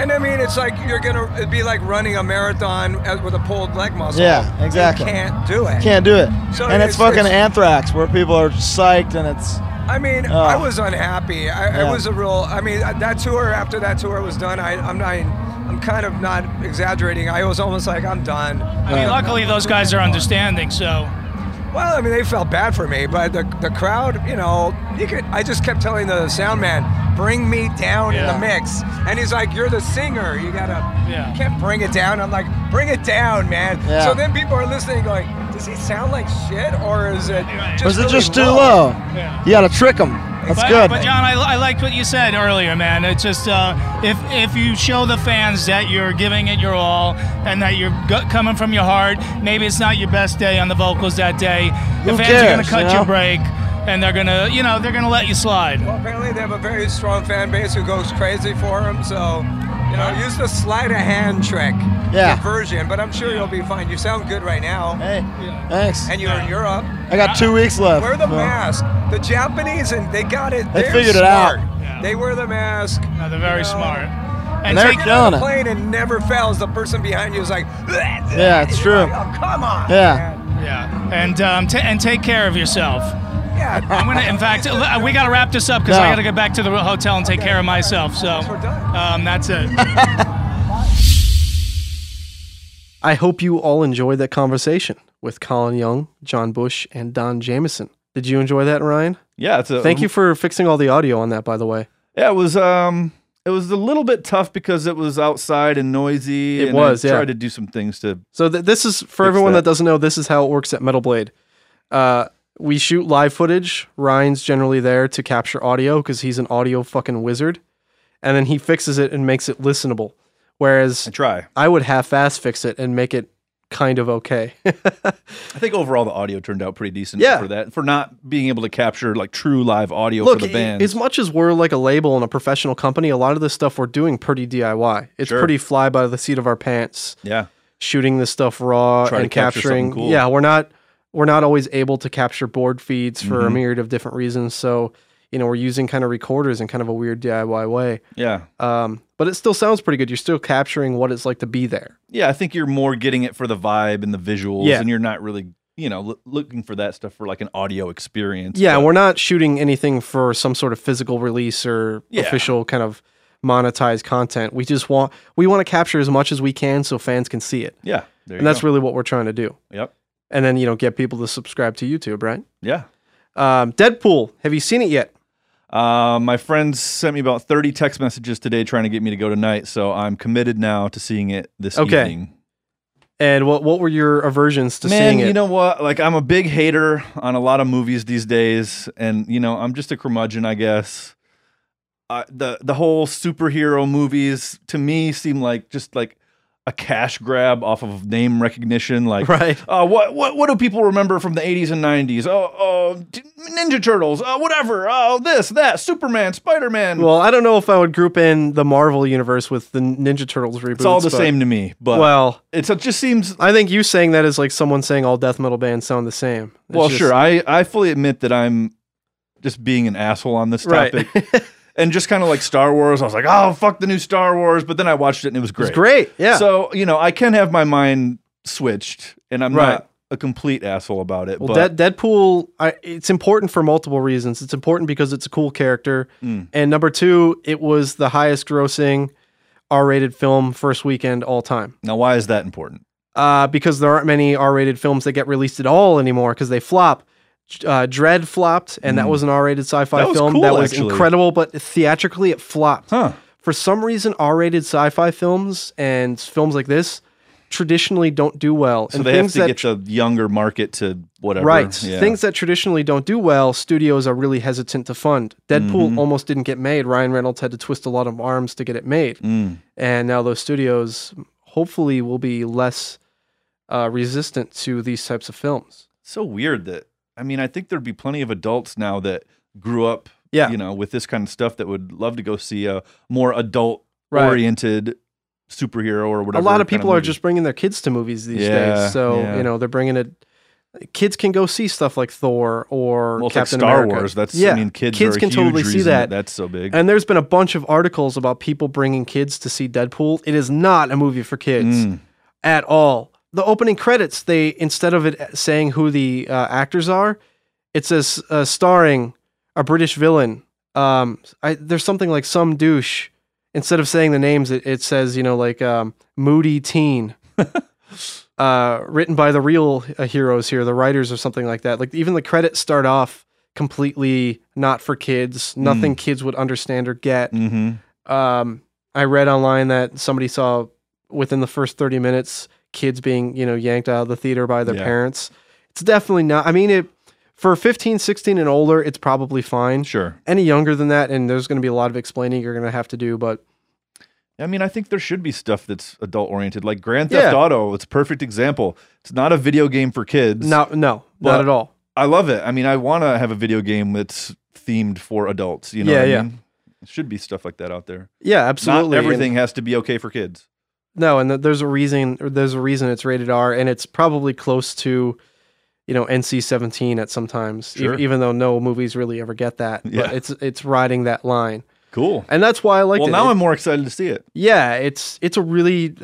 Speaker 5: and I mean, it's like you're gonna it'd be like running a marathon as- with a pulled leg muscle.
Speaker 4: Yeah, exactly.
Speaker 5: You can't do it.
Speaker 4: Can't do it.
Speaker 5: So
Speaker 4: and it's,
Speaker 5: it's-
Speaker 4: fucking
Speaker 5: it's-
Speaker 4: anthrax where people are psyched and it's
Speaker 5: I mean,
Speaker 4: Oh.
Speaker 5: I was unhappy. I,
Speaker 4: Yeah.
Speaker 5: It was a real. I mean, uh, that tour after that tour was done, I, I'm not. I'm kind of not exaggerating. I was almost like, I'm done.
Speaker 3: I mean, luckily those guys are understanding. So
Speaker 5: Well, I mean, they felt bad for me, but the, the crowd, you know, you could. I just kept telling the sound man, "Bring me down in
Speaker 3: Yeah.
Speaker 5: the mix," and he's like, "You're the singer. You gotta,
Speaker 3: Yeah.
Speaker 5: you can't bring it down." I'm like, "Bring it down, man."
Speaker 4: Yeah.
Speaker 5: So then people are listening, going, "Does he sound like shit, or is it
Speaker 3: Right.
Speaker 5: just
Speaker 4: or is it
Speaker 5: really
Speaker 4: just too low?
Speaker 3: Yeah.
Speaker 4: You gotta trick them. That's
Speaker 3: but,
Speaker 4: good.
Speaker 3: But John, I, I liked what you said earlier, man. It's just uh, if if you show the fans that you're giving it your all and that you're go- coming from your heart, maybe it's not your best day on the vocals that day.
Speaker 4: Who
Speaker 3: the fans are
Speaker 4: cares,
Speaker 3: gonna cut
Speaker 4: you know?
Speaker 3: your break, and they're gonna you know they're gonna let you slide.
Speaker 5: Well, apparently they have a very strong fan base who goes crazy for him. So, you know, use the sleight of hand trick,
Speaker 4: Yeah.
Speaker 5: your version. But I'm sure you'll be fine. You sound good right now,
Speaker 4: hey, thanks.
Speaker 5: and you're in Europe.
Speaker 4: I got two weeks left.
Speaker 5: Wear the
Speaker 4: so-
Speaker 5: mask. The Japanese and they got it.
Speaker 4: They
Speaker 5: They're
Speaker 4: figured it
Speaker 5: smart.
Speaker 4: out.
Speaker 3: Yeah.
Speaker 5: They wear the mask.
Speaker 3: No, they're very
Speaker 5: You know,
Speaker 3: smart.
Speaker 4: And they're
Speaker 3: take-
Speaker 5: Get on
Speaker 4: Done.
Speaker 5: the plane and never fails. The person behind you is like,
Speaker 4: Yeah, it's true.
Speaker 5: oh, come on.
Speaker 4: Yeah.
Speaker 5: man."
Speaker 3: yeah, and um, ta and take care of yourself.
Speaker 5: yeah.
Speaker 3: I'm gonna. In fact, l- we gotta wrap this up because
Speaker 4: No.
Speaker 3: I gotta get back to the hotel and take care of myself. So
Speaker 5: We're done.
Speaker 3: um, that's it.
Speaker 1: I hope you all enjoyed that conversation with Colin Young, John Bush, and Don Jameson. Did you enjoy that, Ryan?
Speaker 2: Yeah, it's a
Speaker 1: Thank you for fixing all the audio on that, by the way.
Speaker 2: Yeah, it was um it was a little bit tough because it was outside and noisy.
Speaker 1: It
Speaker 2: and
Speaker 1: was,
Speaker 2: I
Speaker 1: yeah.
Speaker 2: Tried to do some things to
Speaker 1: So th- this is for
Speaker 2: Fix
Speaker 1: everyone that.
Speaker 2: that.
Speaker 1: doesn't know. This is how it works at Metal Blade. Uh, we shoot live footage. Ryan's generally there to capture audio because he's an audio fucking wizard, and then he fixes it and makes it listenable. Whereas
Speaker 2: I try.
Speaker 1: I would half-ass fix it and make it kind of okay.
Speaker 2: I think overall the audio turned out pretty decent
Speaker 1: Yeah.
Speaker 2: for that for not being able to capture like true live audio
Speaker 1: Look,
Speaker 2: for the band.
Speaker 1: as much as we're like a label and a professional company, a lot of this stuff we're doing pretty DIY. It's
Speaker 2: Sure.
Speaker 1: pretty fly by the seat of our pants.
Speaker 2: yeah.
Speaker 1: shooting this stuff raw
Speaker 2: Try to
Speaker 1: and
Speaker 2: capture
Speaker 1: capturing.
Speaker 2: something cool.
Speaker 1: Yeah, we're not we're not always able to capture board feeds for
Speaker 2: Mm-hmm.
Speaker 1: a myriad of different reasons. So you know we're using kind of recorders in kind of a weird DIY way.
Speaker 2: Yeah.
Speaker 1: Um, but it still sounds pretty good. You're still capturing what it's like to be there.
Speaker 2: Yeah, I think you're more getting it for the vibe and the visuals
Speaker 1: Yeah.
Speaker 2: and you're not really, you know, loo- looking for that stuff for like an audio experience.
Speaker 1: Yeah,
Speaker 2: but-
Speaker 1: we're not shooting anything for some sort of physical release or
Speaker 2: Yeah.
Speaker 1: official kind of monetized content. We just want we want to capture as much as we can so fans can see it.
Speaker 2: Yeah. There you
Speaker 1: And that's
Speaker 2: go.
Speaker 1: really what we're trying to do.
Speaker 2: Yep.
Speaker 1: And then, you know, get people to subscribe to YouTube, right?
Speaker 2: Yeah.
Speaker 1: Um, Deadpool, have you seen it yet?
Speaker 2: Uh, my friends sent me about 30 text messages today trying to get me to go tonight, so I'm committed now to seeing it this
Speaker 1: Okay.
Speaker 2: evening.
Speaker 1: And what what were your aversions to
Speaker 2: Man,
Speaker 1: seeing it?
Speaker 2: you know what? Like, I'm a big hater on a lot of movies these days, and you know, I'm just a curmudgeon, I guess. Uh, the the whole superhero movies to me seem like just like a cash grab off of name recognition. Like,
Speaker 1: Right.
Speaker 2: Uh, what what what do people remember from the 80s and 90s? Oh, oh, t- Ninja Turtles. Oh, whatever. Oh, this that Superman, Spider Man.
Speaker 1: well, I don't know if I would group in the Marvel universe with the Ninja Turtles reboot.
Speaker 2: it's all the same to me. But
Speaker 1: Well,
Speaker 2: it's, it just seems
Speaker 1: I think you saying that is like someone saying all death metal bands sound the same. It's
Speaker 2: well,
Speaker 1: just-
Speaker 2: sure. I, I fully admit that I'm just being an asshole on this
Speaker 1: Right.
Speaker 2: topic. and just kind of like Star Wars, I was like, oh, fuck the new Star Wars. But then I watched it and it was great.
Speaker 1: It's great. Yeah.
Speaker 2: So, you know, I can have my mind switched and I'm
Speaker 1: Right.
Speaker 2: not a complete asshole about it.
Speaker 1: Well,
Speaker 2: but
Speaker 1: Dead Deadpool, I, it's important for multiple reasons. It's important because it's a cool character,
Speaker 2: Mm.
Speaker 1: and number two, it was the highest grossing R-rated film first weekend all time.
Speaker 2: now, why is that important?
Speaker 1: Uh, because there aren't many R-rated films that get released at all anymore because they flop. Uh, Dread flopped, and that was an R-rated sci-fi
Speaker 2: Hmm. That was
Speaker 1: film
Speaker 2: cool,
Speaker 1: that was
Speaker 2: actually.
Speaker 1: incredible, but theatrically it flopped.
Speaker 2: Huh?
Speaker 1: For some reason, R-rated sci-fi films and films like this traditionally don't do well.
Speaker 2: So
Speaker 1: and
Speaker 2: they have
Speaker 1: things
Speaker 2: to
Speaker 1: that
Speaker 2: get the younger market to whatever.
Speaker 1: Right.
Speaker 2: Yeah.
Speaker 1: Things that traditionally don't do well, studios are really hesitant to fund. Deadpool
Speaker 2: Mm-hmm.
Speaker 1: almost didn't get made. Ryan Reynolds had to twist a lot of arms to get it made.
Speaker 2: Mm.
Speaker 1: And now those studios hopefully will be less uh, resistant to these types of films.
Speaker 2: So weird that I mean, I think there'd be plenty of adults now that grew up,
Speaker 1: Yeah.
Speaker 2: you know, with this kind of stuff that would love to go see a more adult
Speaker 1: Right.
Speaker 2: oriented superhero or
Speaker 1: A
Speaker 2: whatever.
Speaker 1: lot of
Speaker 2: kind
Speaker 1: people are
Speaker 2: movie.
Speaker 1: just bringing their kids to movies these
Speaker 2: Yeah,
Speaker 1: days. So,
Speaker 2: yeah.
Speaker 1: you know, they're bringing it. Kids can go see stuff like Thor or
Speaker 2: well, it's like
Speaker 1: Captain
Speaker 2: Star
Speaker 1: America.
Speaker 2: Wars. That's
Speaker 1: yeah,
Speaker 2: I mean, kids, are a
Speaker 1: can
Speaker 2: huge
Speaker 1: totally see
Speaker 2: reason
Speaker 1: that.
Speaker 2: That's so big.
Speaker 1: And there's been a bunch of articles about people bringing kids to see Deadpool. It is not a movie for kids
Speaker 2: Mm.
Speaker 1: at all. The opening credits, they instead of it saying who the uh, actors are, it says uh, starring a British villain. Um, I, there's something like some douche. Instead of saying the names, it, it says you know like um, moody teen. uh, written by the real uh, heroes here, the writers or something like that. Like even the credits start off completely not for kids, nothing kids would understand or get.
Speaker 2: hmm
Speaker 1: Um, I read online that somebody saw within the first 30 minutes kids being, you know, yanked out of the theater by their
Speaker 2: Yeah.
Speaker 1: parents. It's definitely not. I mean, it for 15, 16 and older, it's probably fine.
Speaker 2: Sure.
Speaker 1: Any younger than that, and there's going to be a lot of explaining you're going to have to do, but
Speaker 2: I mean, I think there should be stuff that's adult oriented, like Grand
Speaker 1: Yeah.
Speaker 2: Theft Auto. It's a perfect example. It's not a video game for kids.
Speaker 1: no, no,
Speaker 2: But-
Speaker 1: not at all.
Speaker 2: I love it. I mean, I want to have a video game that's themed for adults. You know,
Speaker 1: Yeah,
Speaker 2: what I
Speaker 1: yeah.
Speaker 2: mean? There should be stuff like that out there.
Speaker 1: Yeah, absolutely.
Speaker 2: Not
Speaker 1: And-
Speaker 2: everything has to be okay for kids.
Speaker 1: No, and th- there's a reason. or There's a reason it's rated R, and it's probably close to, you know, NC-17 at sometimes, e-
Speaker 2: Sure.
Speaker 1: even though no movies really ever get that.
Speaker 2: Yeah.
Speaker 1: But it's it's riding that line,
Speaker 2: Cool.
Speaker 1: and that's why I like.
Speaker 2: Well,
Speaker 1: it.
Speaker 2: now
Speaker 1: It-
Speaker 2: I'm more excited to see it.
Speaker 1: yeah, it's it's a really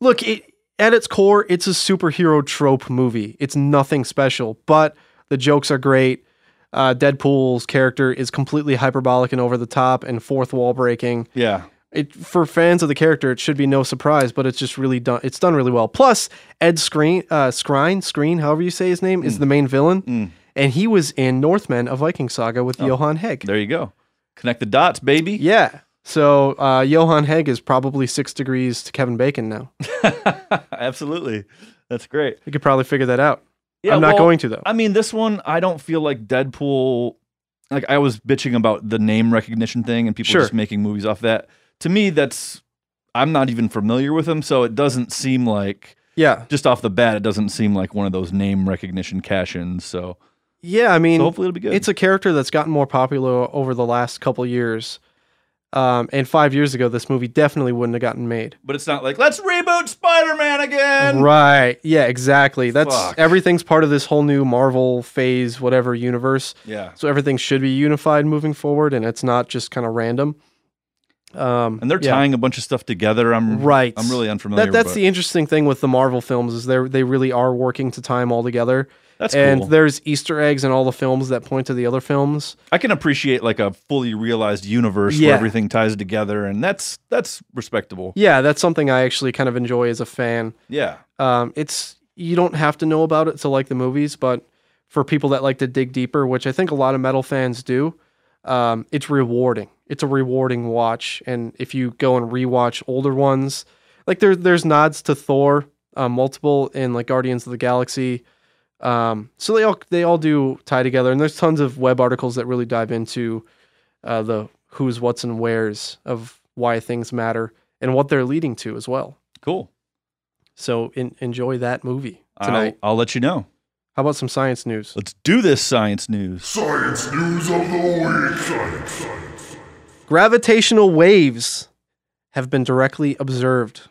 Speaker 1: look. It, at its core, it's a superhero trope movie. It's nothing special, but the jokes are great. Uh, Deadpool's character is completely hyperbolic and over the top and fourth wall breaking
Speaker 2: Yeah.
Speaker 1: it for fans of the character, it should be no surprise, but it's just really done. It's done really well. Plus, Ed Screen, uh, Scrine, Screen, however you say his name,
Speaker 2: Mm.
Speaker 1: is the main villain, and he was in Northmen, a Viking saga
Speaker 2: Oh.
Speaker 1: with Johan Hegg.
Speaker 2: There you go. Connect the dots, baby.
Speaker 1: Yeah. So uh, Johan Hegg is probably six degrees to Kevin Bacon now.
Speaker 2: Absolutely. That's great.
Speaker 1: We could probably figure that out.
Speaker 2: Yeah,
Speaker 1: I'm not
Speaker 2: well,
Speaker 1: going to though.
Speaker 2: I mean, this one, I don't feel like Deadpool. Like I was bitching about the name recognition thing and people
Speaker 1: Sure.
Speaker 2: just making movies off that. To me, that's I'm not even familiar with them, so it doesn't seem like
Speaker 1: yeah.
Speaker 2: just off the bat, it doesn't seem like one of those name recognition cash-ins. So,
Speaker 1: Yeah. I mean,
Speaker 2: so hopefully it'll be good.
Speaker 1: It's a character that's gotten more popular over the last couple years. Um, and five years ago, this movie definitely wouldn't have gotten made.
Speaker 2: but it's not like let's reboot Spider-Man again.
Speaker 1: Right. Yeah, exactly. That's
Speaker 2: Fuck.
Speaker 1: everything's part of this whole new Marvel phase, whatever universe.
Speaker 2: Yeah.
Speaker 1: So everything should be unified moving forward and it's not just kind of random. Um
Speaker 2: And they're
Speaker 1: yeah.
Speaker 2: tying a bunch of stuff together. I'm
Speaker 1: Right.
Speaker 2: I'm really unfamiliar.
Speaker 1: that, that's
Speaker 2: but
Speaker 1: the interesting thing with the Marvel films is they they really are working to time all together.
Speaker 2: that's
Speaker 1: and
Speaker 2: cool.
Speaker 1: there's Easter eggs in all the films that point to the other films.
Speaker 2: I can appreciate like a fully realized universe
Speaker 1: Yeah.
Speaker 2: where everything ties together, and that's that's respectable.
Speaker 1: Yeah, that's something I actually kind of enjoy as a fan.
Speaker 2: Yeah.
Speaker 1: Um, it's you don't have to know about it to like the movies, but for people that like to dig deeper, which I think a lot of metal fans do, um, it's rewarding. It's a rewarding watch, and if you go and rewatch older ones, like there, there's nods to Thor, uh, multiple in like Guardians of the Galaxy. Um, so they all they all do tie together, and there's tons of web articles that really dive into uh, the who's, what's, and where's of why things matter and what they're leading to as well.
Speaker 2: Cool.
Speaker 1: So en- enjoy that movie
Speaker 2: I'll-
Speaker 1: tonight.
Speaker 2: I'll, let you know.
Speaker 1: How about some science news?
Speaker 2: Let's do this science news.
Speaker 6: Science news of the week. Science, science.
Speaker 1: Gravitational waves have been directly observed.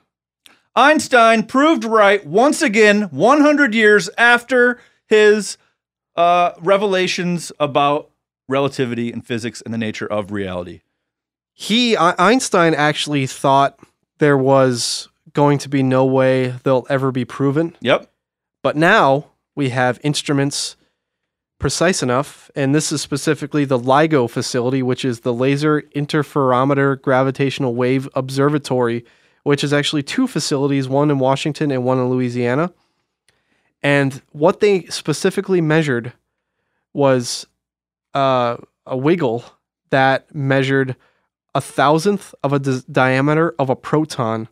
Speaker 2: Einstein proved right once again, 100 years after his uh, revelations about relativity and physics and the nature of reality.
Speaker 1: He I- Einstein actually thought there was going to be no way they'll ever be proven,
Speaker 2: Yep.
Speaker 1: but now we have instruments precise enough, and this is specifically the LIGO facility, which is the Laser Interferometer Gravitational Wave Observatory, which is actually two facilities, one in Washington and one in Louisiana. And what they specifically measured was uh, a wiggle that measured a thousandth of a dis- diameter of a proton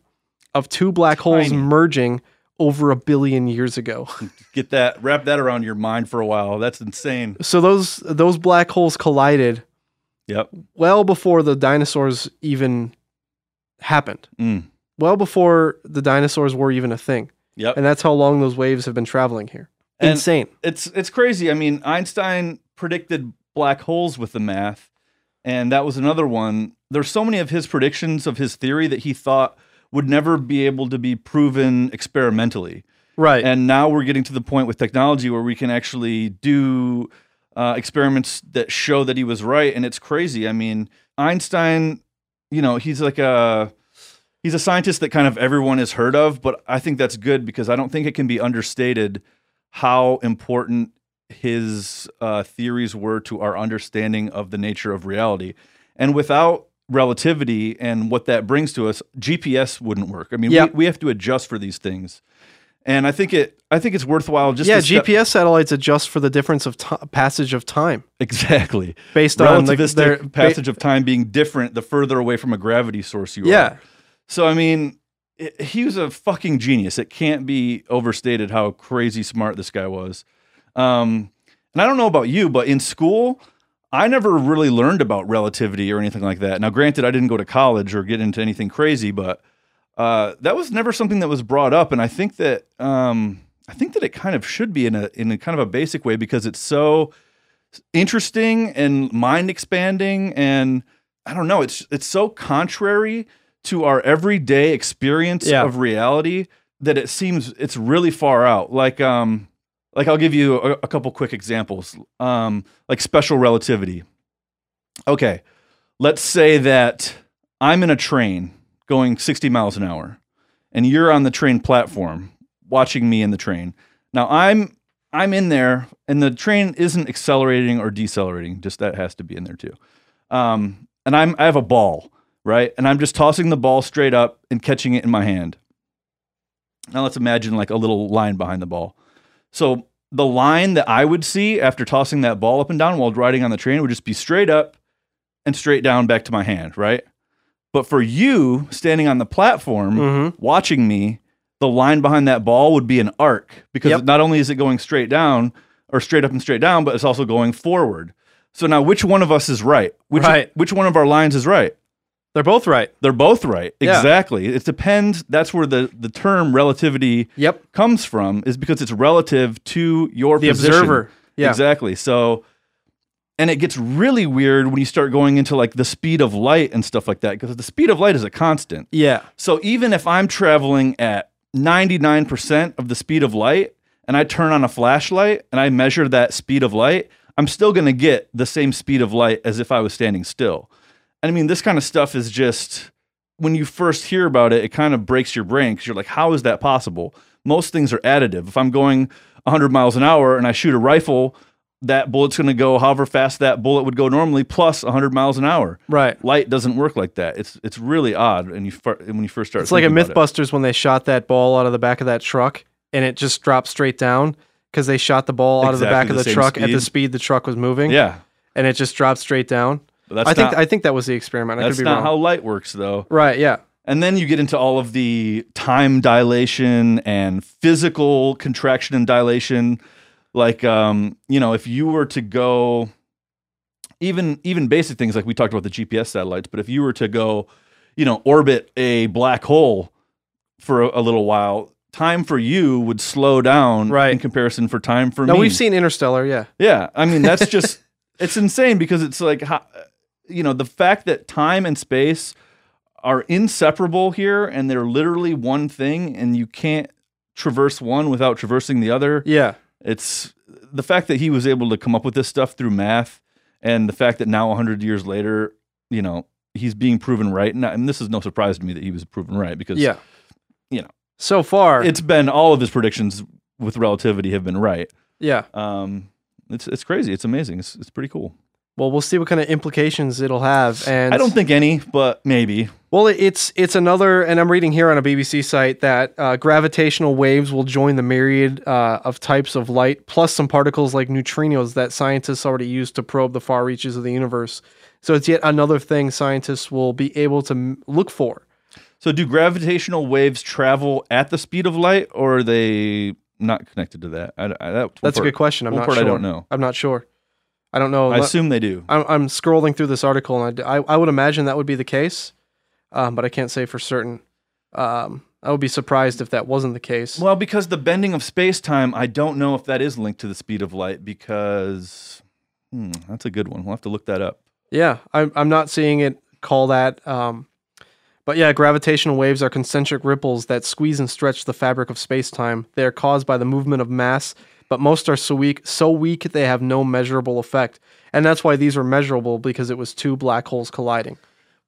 Speaker 1: of two black holes
Speaker 2: Tiny.
Speaker 1: merging over a billion years ago.
Speaker 2: Get that, wrap that around your mind for a while. That's insane.
Speaker 1: so those those black holes collided
Speaker 2: Yep.
Speaker 1: well before the dinosaurs even happened.
Speaker 2: Mm.
Speaker 1: Well before the dinosaurs were even a thing.
Speaker 2: Yep.
Speaker 1: And that's how long those waves have been traveling here.
Speaker 2: And-
Speaker 1: Insane.
Speaker 2: it's it's crazy. I mean, Einstein predicted black holes with the math, and that was another one. There's so many of his predictions of his theory that he thought would never be able to be proven experimentally.
Speaker 1: Right.
Speaker 2: And now we're getting to the point with technology where we can actually do uh, experiments that show that he was right, and it's crazy. I mean, Einstein, you know, he's like a he's a scientist that kind of everyone has heard of, but I think that's good because I don't think it can be understated how important his uh, theories were to our understanding of the nature of reality. And without relativity and what that brings to us, GPS wouldn't work. I mean,
Speaker 1: Yeah.
Speaker 2: we, we have to adjust for these things. And I think it, I think it's worthwhile just
Speaker 1: yeah,
Speaker 2: to step-
Speaker 1: GPS satellites adjust for the difference of ti passage of time
Speaker 2: exactly
Speaker 1: based on like,
Speaker 2: relativistic
Speaker 1: their ba-
Speaker 2: passage of time being different the further away from a gravity source you are.
Speaker 1: Yeah.
Speaker 2: So I mean, i he was a fucking genius. It can't be overstated how crazy smart this guy was. Um, and I don't know about you, but in school, I never really learned about relativity or anything like that. Now, granted, I didn't go to college or get into anything crazy, but uh, that was never something that was brought up. And I think that um, I think that it kind of should be in a in a kind of a basic way because it's so interesting and mind expanding and I don't know, it's it's so contrary to our everyday experience
Speaker 1: Yeah.
Speaker 2: of reality that it seems it's really far out. Like um like I'll give you a, a couple quick examples. Um like special relativity. Okay. Let's say that I'm in a train going 60 miles an hour and you're on the train platform watching me in the train. Now I'm I'm in there and the train isn't accelerating or decelerating, just that has to be in there too. Um, and I'm I have a ball, right? And I'm just tossing the ball straight up and catching it in my hand. Now let's imagine like a little line behind the ball. So the line that I would see after tossing that ball up and down while riding on the train would just be straight up and straight down back to my hand, right? But for you standing on the platform
Speaker 1: Mhm.
Speaker 2: watching me, the line behind that ball would be an arc because
Speaker 1: Yep.
Speaker 2: not only is it going straight down or straight up and straight down, but it's also going forward. So now which one of us is right? Which
Speaker 1: Right.
Speaker 2: which one of our lines is right?
Speaker 1: They're both right.
Speaker 2: They're both right.
Speaker 1: Yeah.
Speaker 2: Exactly. It depends. That's where the, the term relativity
Speaker 1: Yep.
Speaker 2: comes from, is because it's relative to your
Speaker 1: The
Speaker 2: position.
Speaker 1: observer. Yeah.
Speaker 2: Exactly. So, and it gets really weird when you start going into like the speed of light and stuff like that, because the speed of light is a constant.
Speaker 1: Yeah.
Speaker 2: So even if I'm traveling at 99% of the speed of light and I turn on a flashlight and I measure that speed of light, I'm still going to get the same speed of light as if I was standing still. And I mean, this kind of stuff is just when you first hear about it, it kind of breaks your brain because you're like, how is that possible? Most things are additive. If I'm going 100 miles an hour and I shoot a rifle, that bullet's going to go however fast that bullet would go normally plus 100 miles an hour
Speaker 1: Right.
Speaker 2: light doesn't work like that. It's it's really odd. And you fir- when you first start,
Speaker 1: It's like a
Speaker 2: thinking about it.
Speaker 1: Mythbusters when they shot that ball out of the back of that truck and it just dropped straight down because they shot the ball out of the
Speaker 2: Exactly
Speaker 1: back of
Speaker 2: the
Speaker 1: the,
Speaker 2: same
Speaker 1: truck at the
Speaker 2: speed.
Speaker 1: speed the truck was moving.
Speaker 2: Yeah,
Speaker 1: And it just dropped straight down.
Speaker 2: but that's
Speaker 1: I think
Speaker 2: not,
Speaker 1: I think that was the experiment. I could
Speaker 2: that's
Speaker 1: be
Speaker 2: not
Speaker 1: wrong.
Speaker 2: how light works though.
Speaker 1: right, yeah.
Speaker 2: And then you get into all of the time dilation and physical contraction and dilation. Like um, you know, if you were to go, even even basic things like we talked about the GPS satellites, but if you were to go, you know, orbit a black hole for a, a little while. Time for you would slow down
Speaker 1: Right.
Speaker 2: in comparison for time for
Speaker 1: No,
Speaker 2: me.
Speaker 1: we've seen Interstellar, yeah.
Speaker 2: Yeah, I mean that's just it's insane because it's like ho- you know the fact that time and space are inseparable here and they're literally one thing and you can't traverse one without traversing the other.
Speaker 1: Yeah.
Speaker 2: It's the fact that he was able to come up with this stuff through math and the fact that now 100 years later, you know, he's being proven right. And, I- and this is no surprise to me that he was proven right because
Speaker 1: Yeah.
Speaker 2: you know.
Speaker 1: So far
Speaker 2: it's been all of his predictions with relativity have been right.
Speaker 1: Yeah.
Speaker 2: Um, it's it's crazy. It's amazing. It's it's pretty cool.
Speaker 1: Well, we'll see what kind of implications it'll have. And
Speaker 2: I don't think any, but maybe.
Speaker 1: Well, it- it's it's another, and I'm reading here on a BBC site that uh, gravitational waves will join the myriad uh, of types of light, plus some particles like neutrinos that scientists already use to probe the far reaches of the universe. So it's yet another thing scientists will be able to m- look for.
Speaker 2: So do gravitational waves travel at the speed of light, or are they not connected to that? I, I- that
Speaker 1: That's a
Speaker 2: part-
Speaker 1: good question. I'm
Speaker 2: one
Speaker 1: not
Speaker 2: part
Speaker 1: sure.
Speaker 2: I don't know.
Speaker 1: I'm not sure. I don't know.
Speaker 2: I
Speaker 1: Let-
Speaker 2: assume they do.
Speaker 1: I'm, I'm scrolling through this article, and I d- I, I would imagine that would be the case, um, but I can't say for certain. Um, I would be surprised if that wasn't the case.
Speaker 2: Well, because the bending of space time, I don't know if that is linked to the speed of light. Because hmm, that's a good one. We'll have to look that up.
Speaker 1: Yeah, I'm, I'm not seeing it call that. Um, but yeah, gravitational waves are concentric ripples that squeeze and stretch the fabric of space time. They are caused by the movement of mass, but most are so weak, so weak they have no measurable effect. And that's why these were measurable because it was two black holes colliding.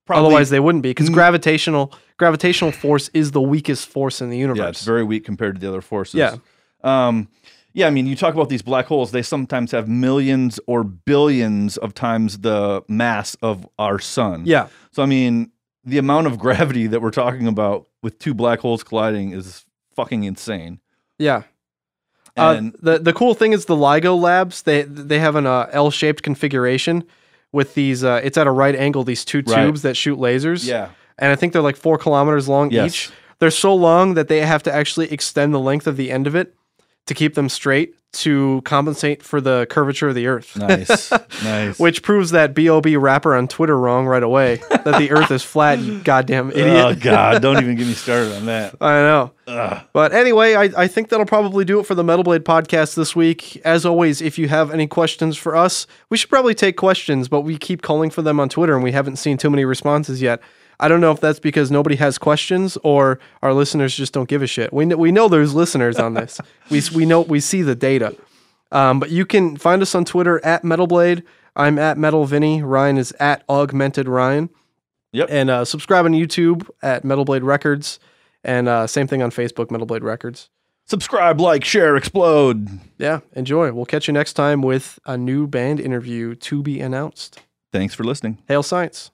Speaker 2: Probably,
Speaker 1: Otherwise, they wouldn't be because gravitational gravitational force is the weakest force in the universe.
Speaker 2: yeah, it's very weak compared to the other forces.
Speaker 1: Yeah.
Speaker 2: Um, yeah, I mean, you talk about these black holes, they sometimes have millions or billions of times the mass of our sun.
Speaker 1: Yeah.
Speaker 2: So, I mean, the amount of gravity that we're talking about with two black holes colliding is fucking insane.
Speaker 1: Yeah.
Speaker 2: And
Speaker 1: uh, the the cool thing is the LIGO labs. They they have an uh, L shaped configuration with these. Uh, it's at a right angle. These two
Speaker 2: Right.
Speaker 1: tubes that shoot lasers.
Speaker 2: yeah,
Speaker 1: and I think they're like four kilometers long
Speaker 2: Yes.
Speaker 1: each. They're so long that they have to actually extend the length of the end of it to keep them straight to compensate for the curvature of the Earth.
Speaker 2: nice, nice.
Speaker 1: Which proves that Bob rapper on Twitter wrong right away that the Earth is flat. You goddamn idiot!
Speaker 2: oh god, don't even get me started on that.
Speaker 1: I know. But anyway, I, I think that'll probably do it for the Metal Blade podcast this week. As always, if you have any questions for us, we should probably take questions, but we keep calling for them on Twitter and we haven't seen too many responses yet. I don't know if that's because nobody has questions or our listeners just don't give a shit. We, kn- we know there's listeners on this. we, s- we know we see the data. Um, but you can find us on Twitter at Metal Blade. I'm at Metal Vinny. Ryan is at Augmented Ryan
Speaker 2: Yep.
Speaker 1: and uh, subscribe on YouTube at Metal Blade Records, and uh, same thing on Facebook, Metal Blade Records.
Speaker 2: Subscribe, like, share, explode.
Speaker 1: Yeah, enjoy. We'll catch you next time with a new band interview to be announced.
Speaker 2: Thanks for listening.
Speaker 1: Hail Science.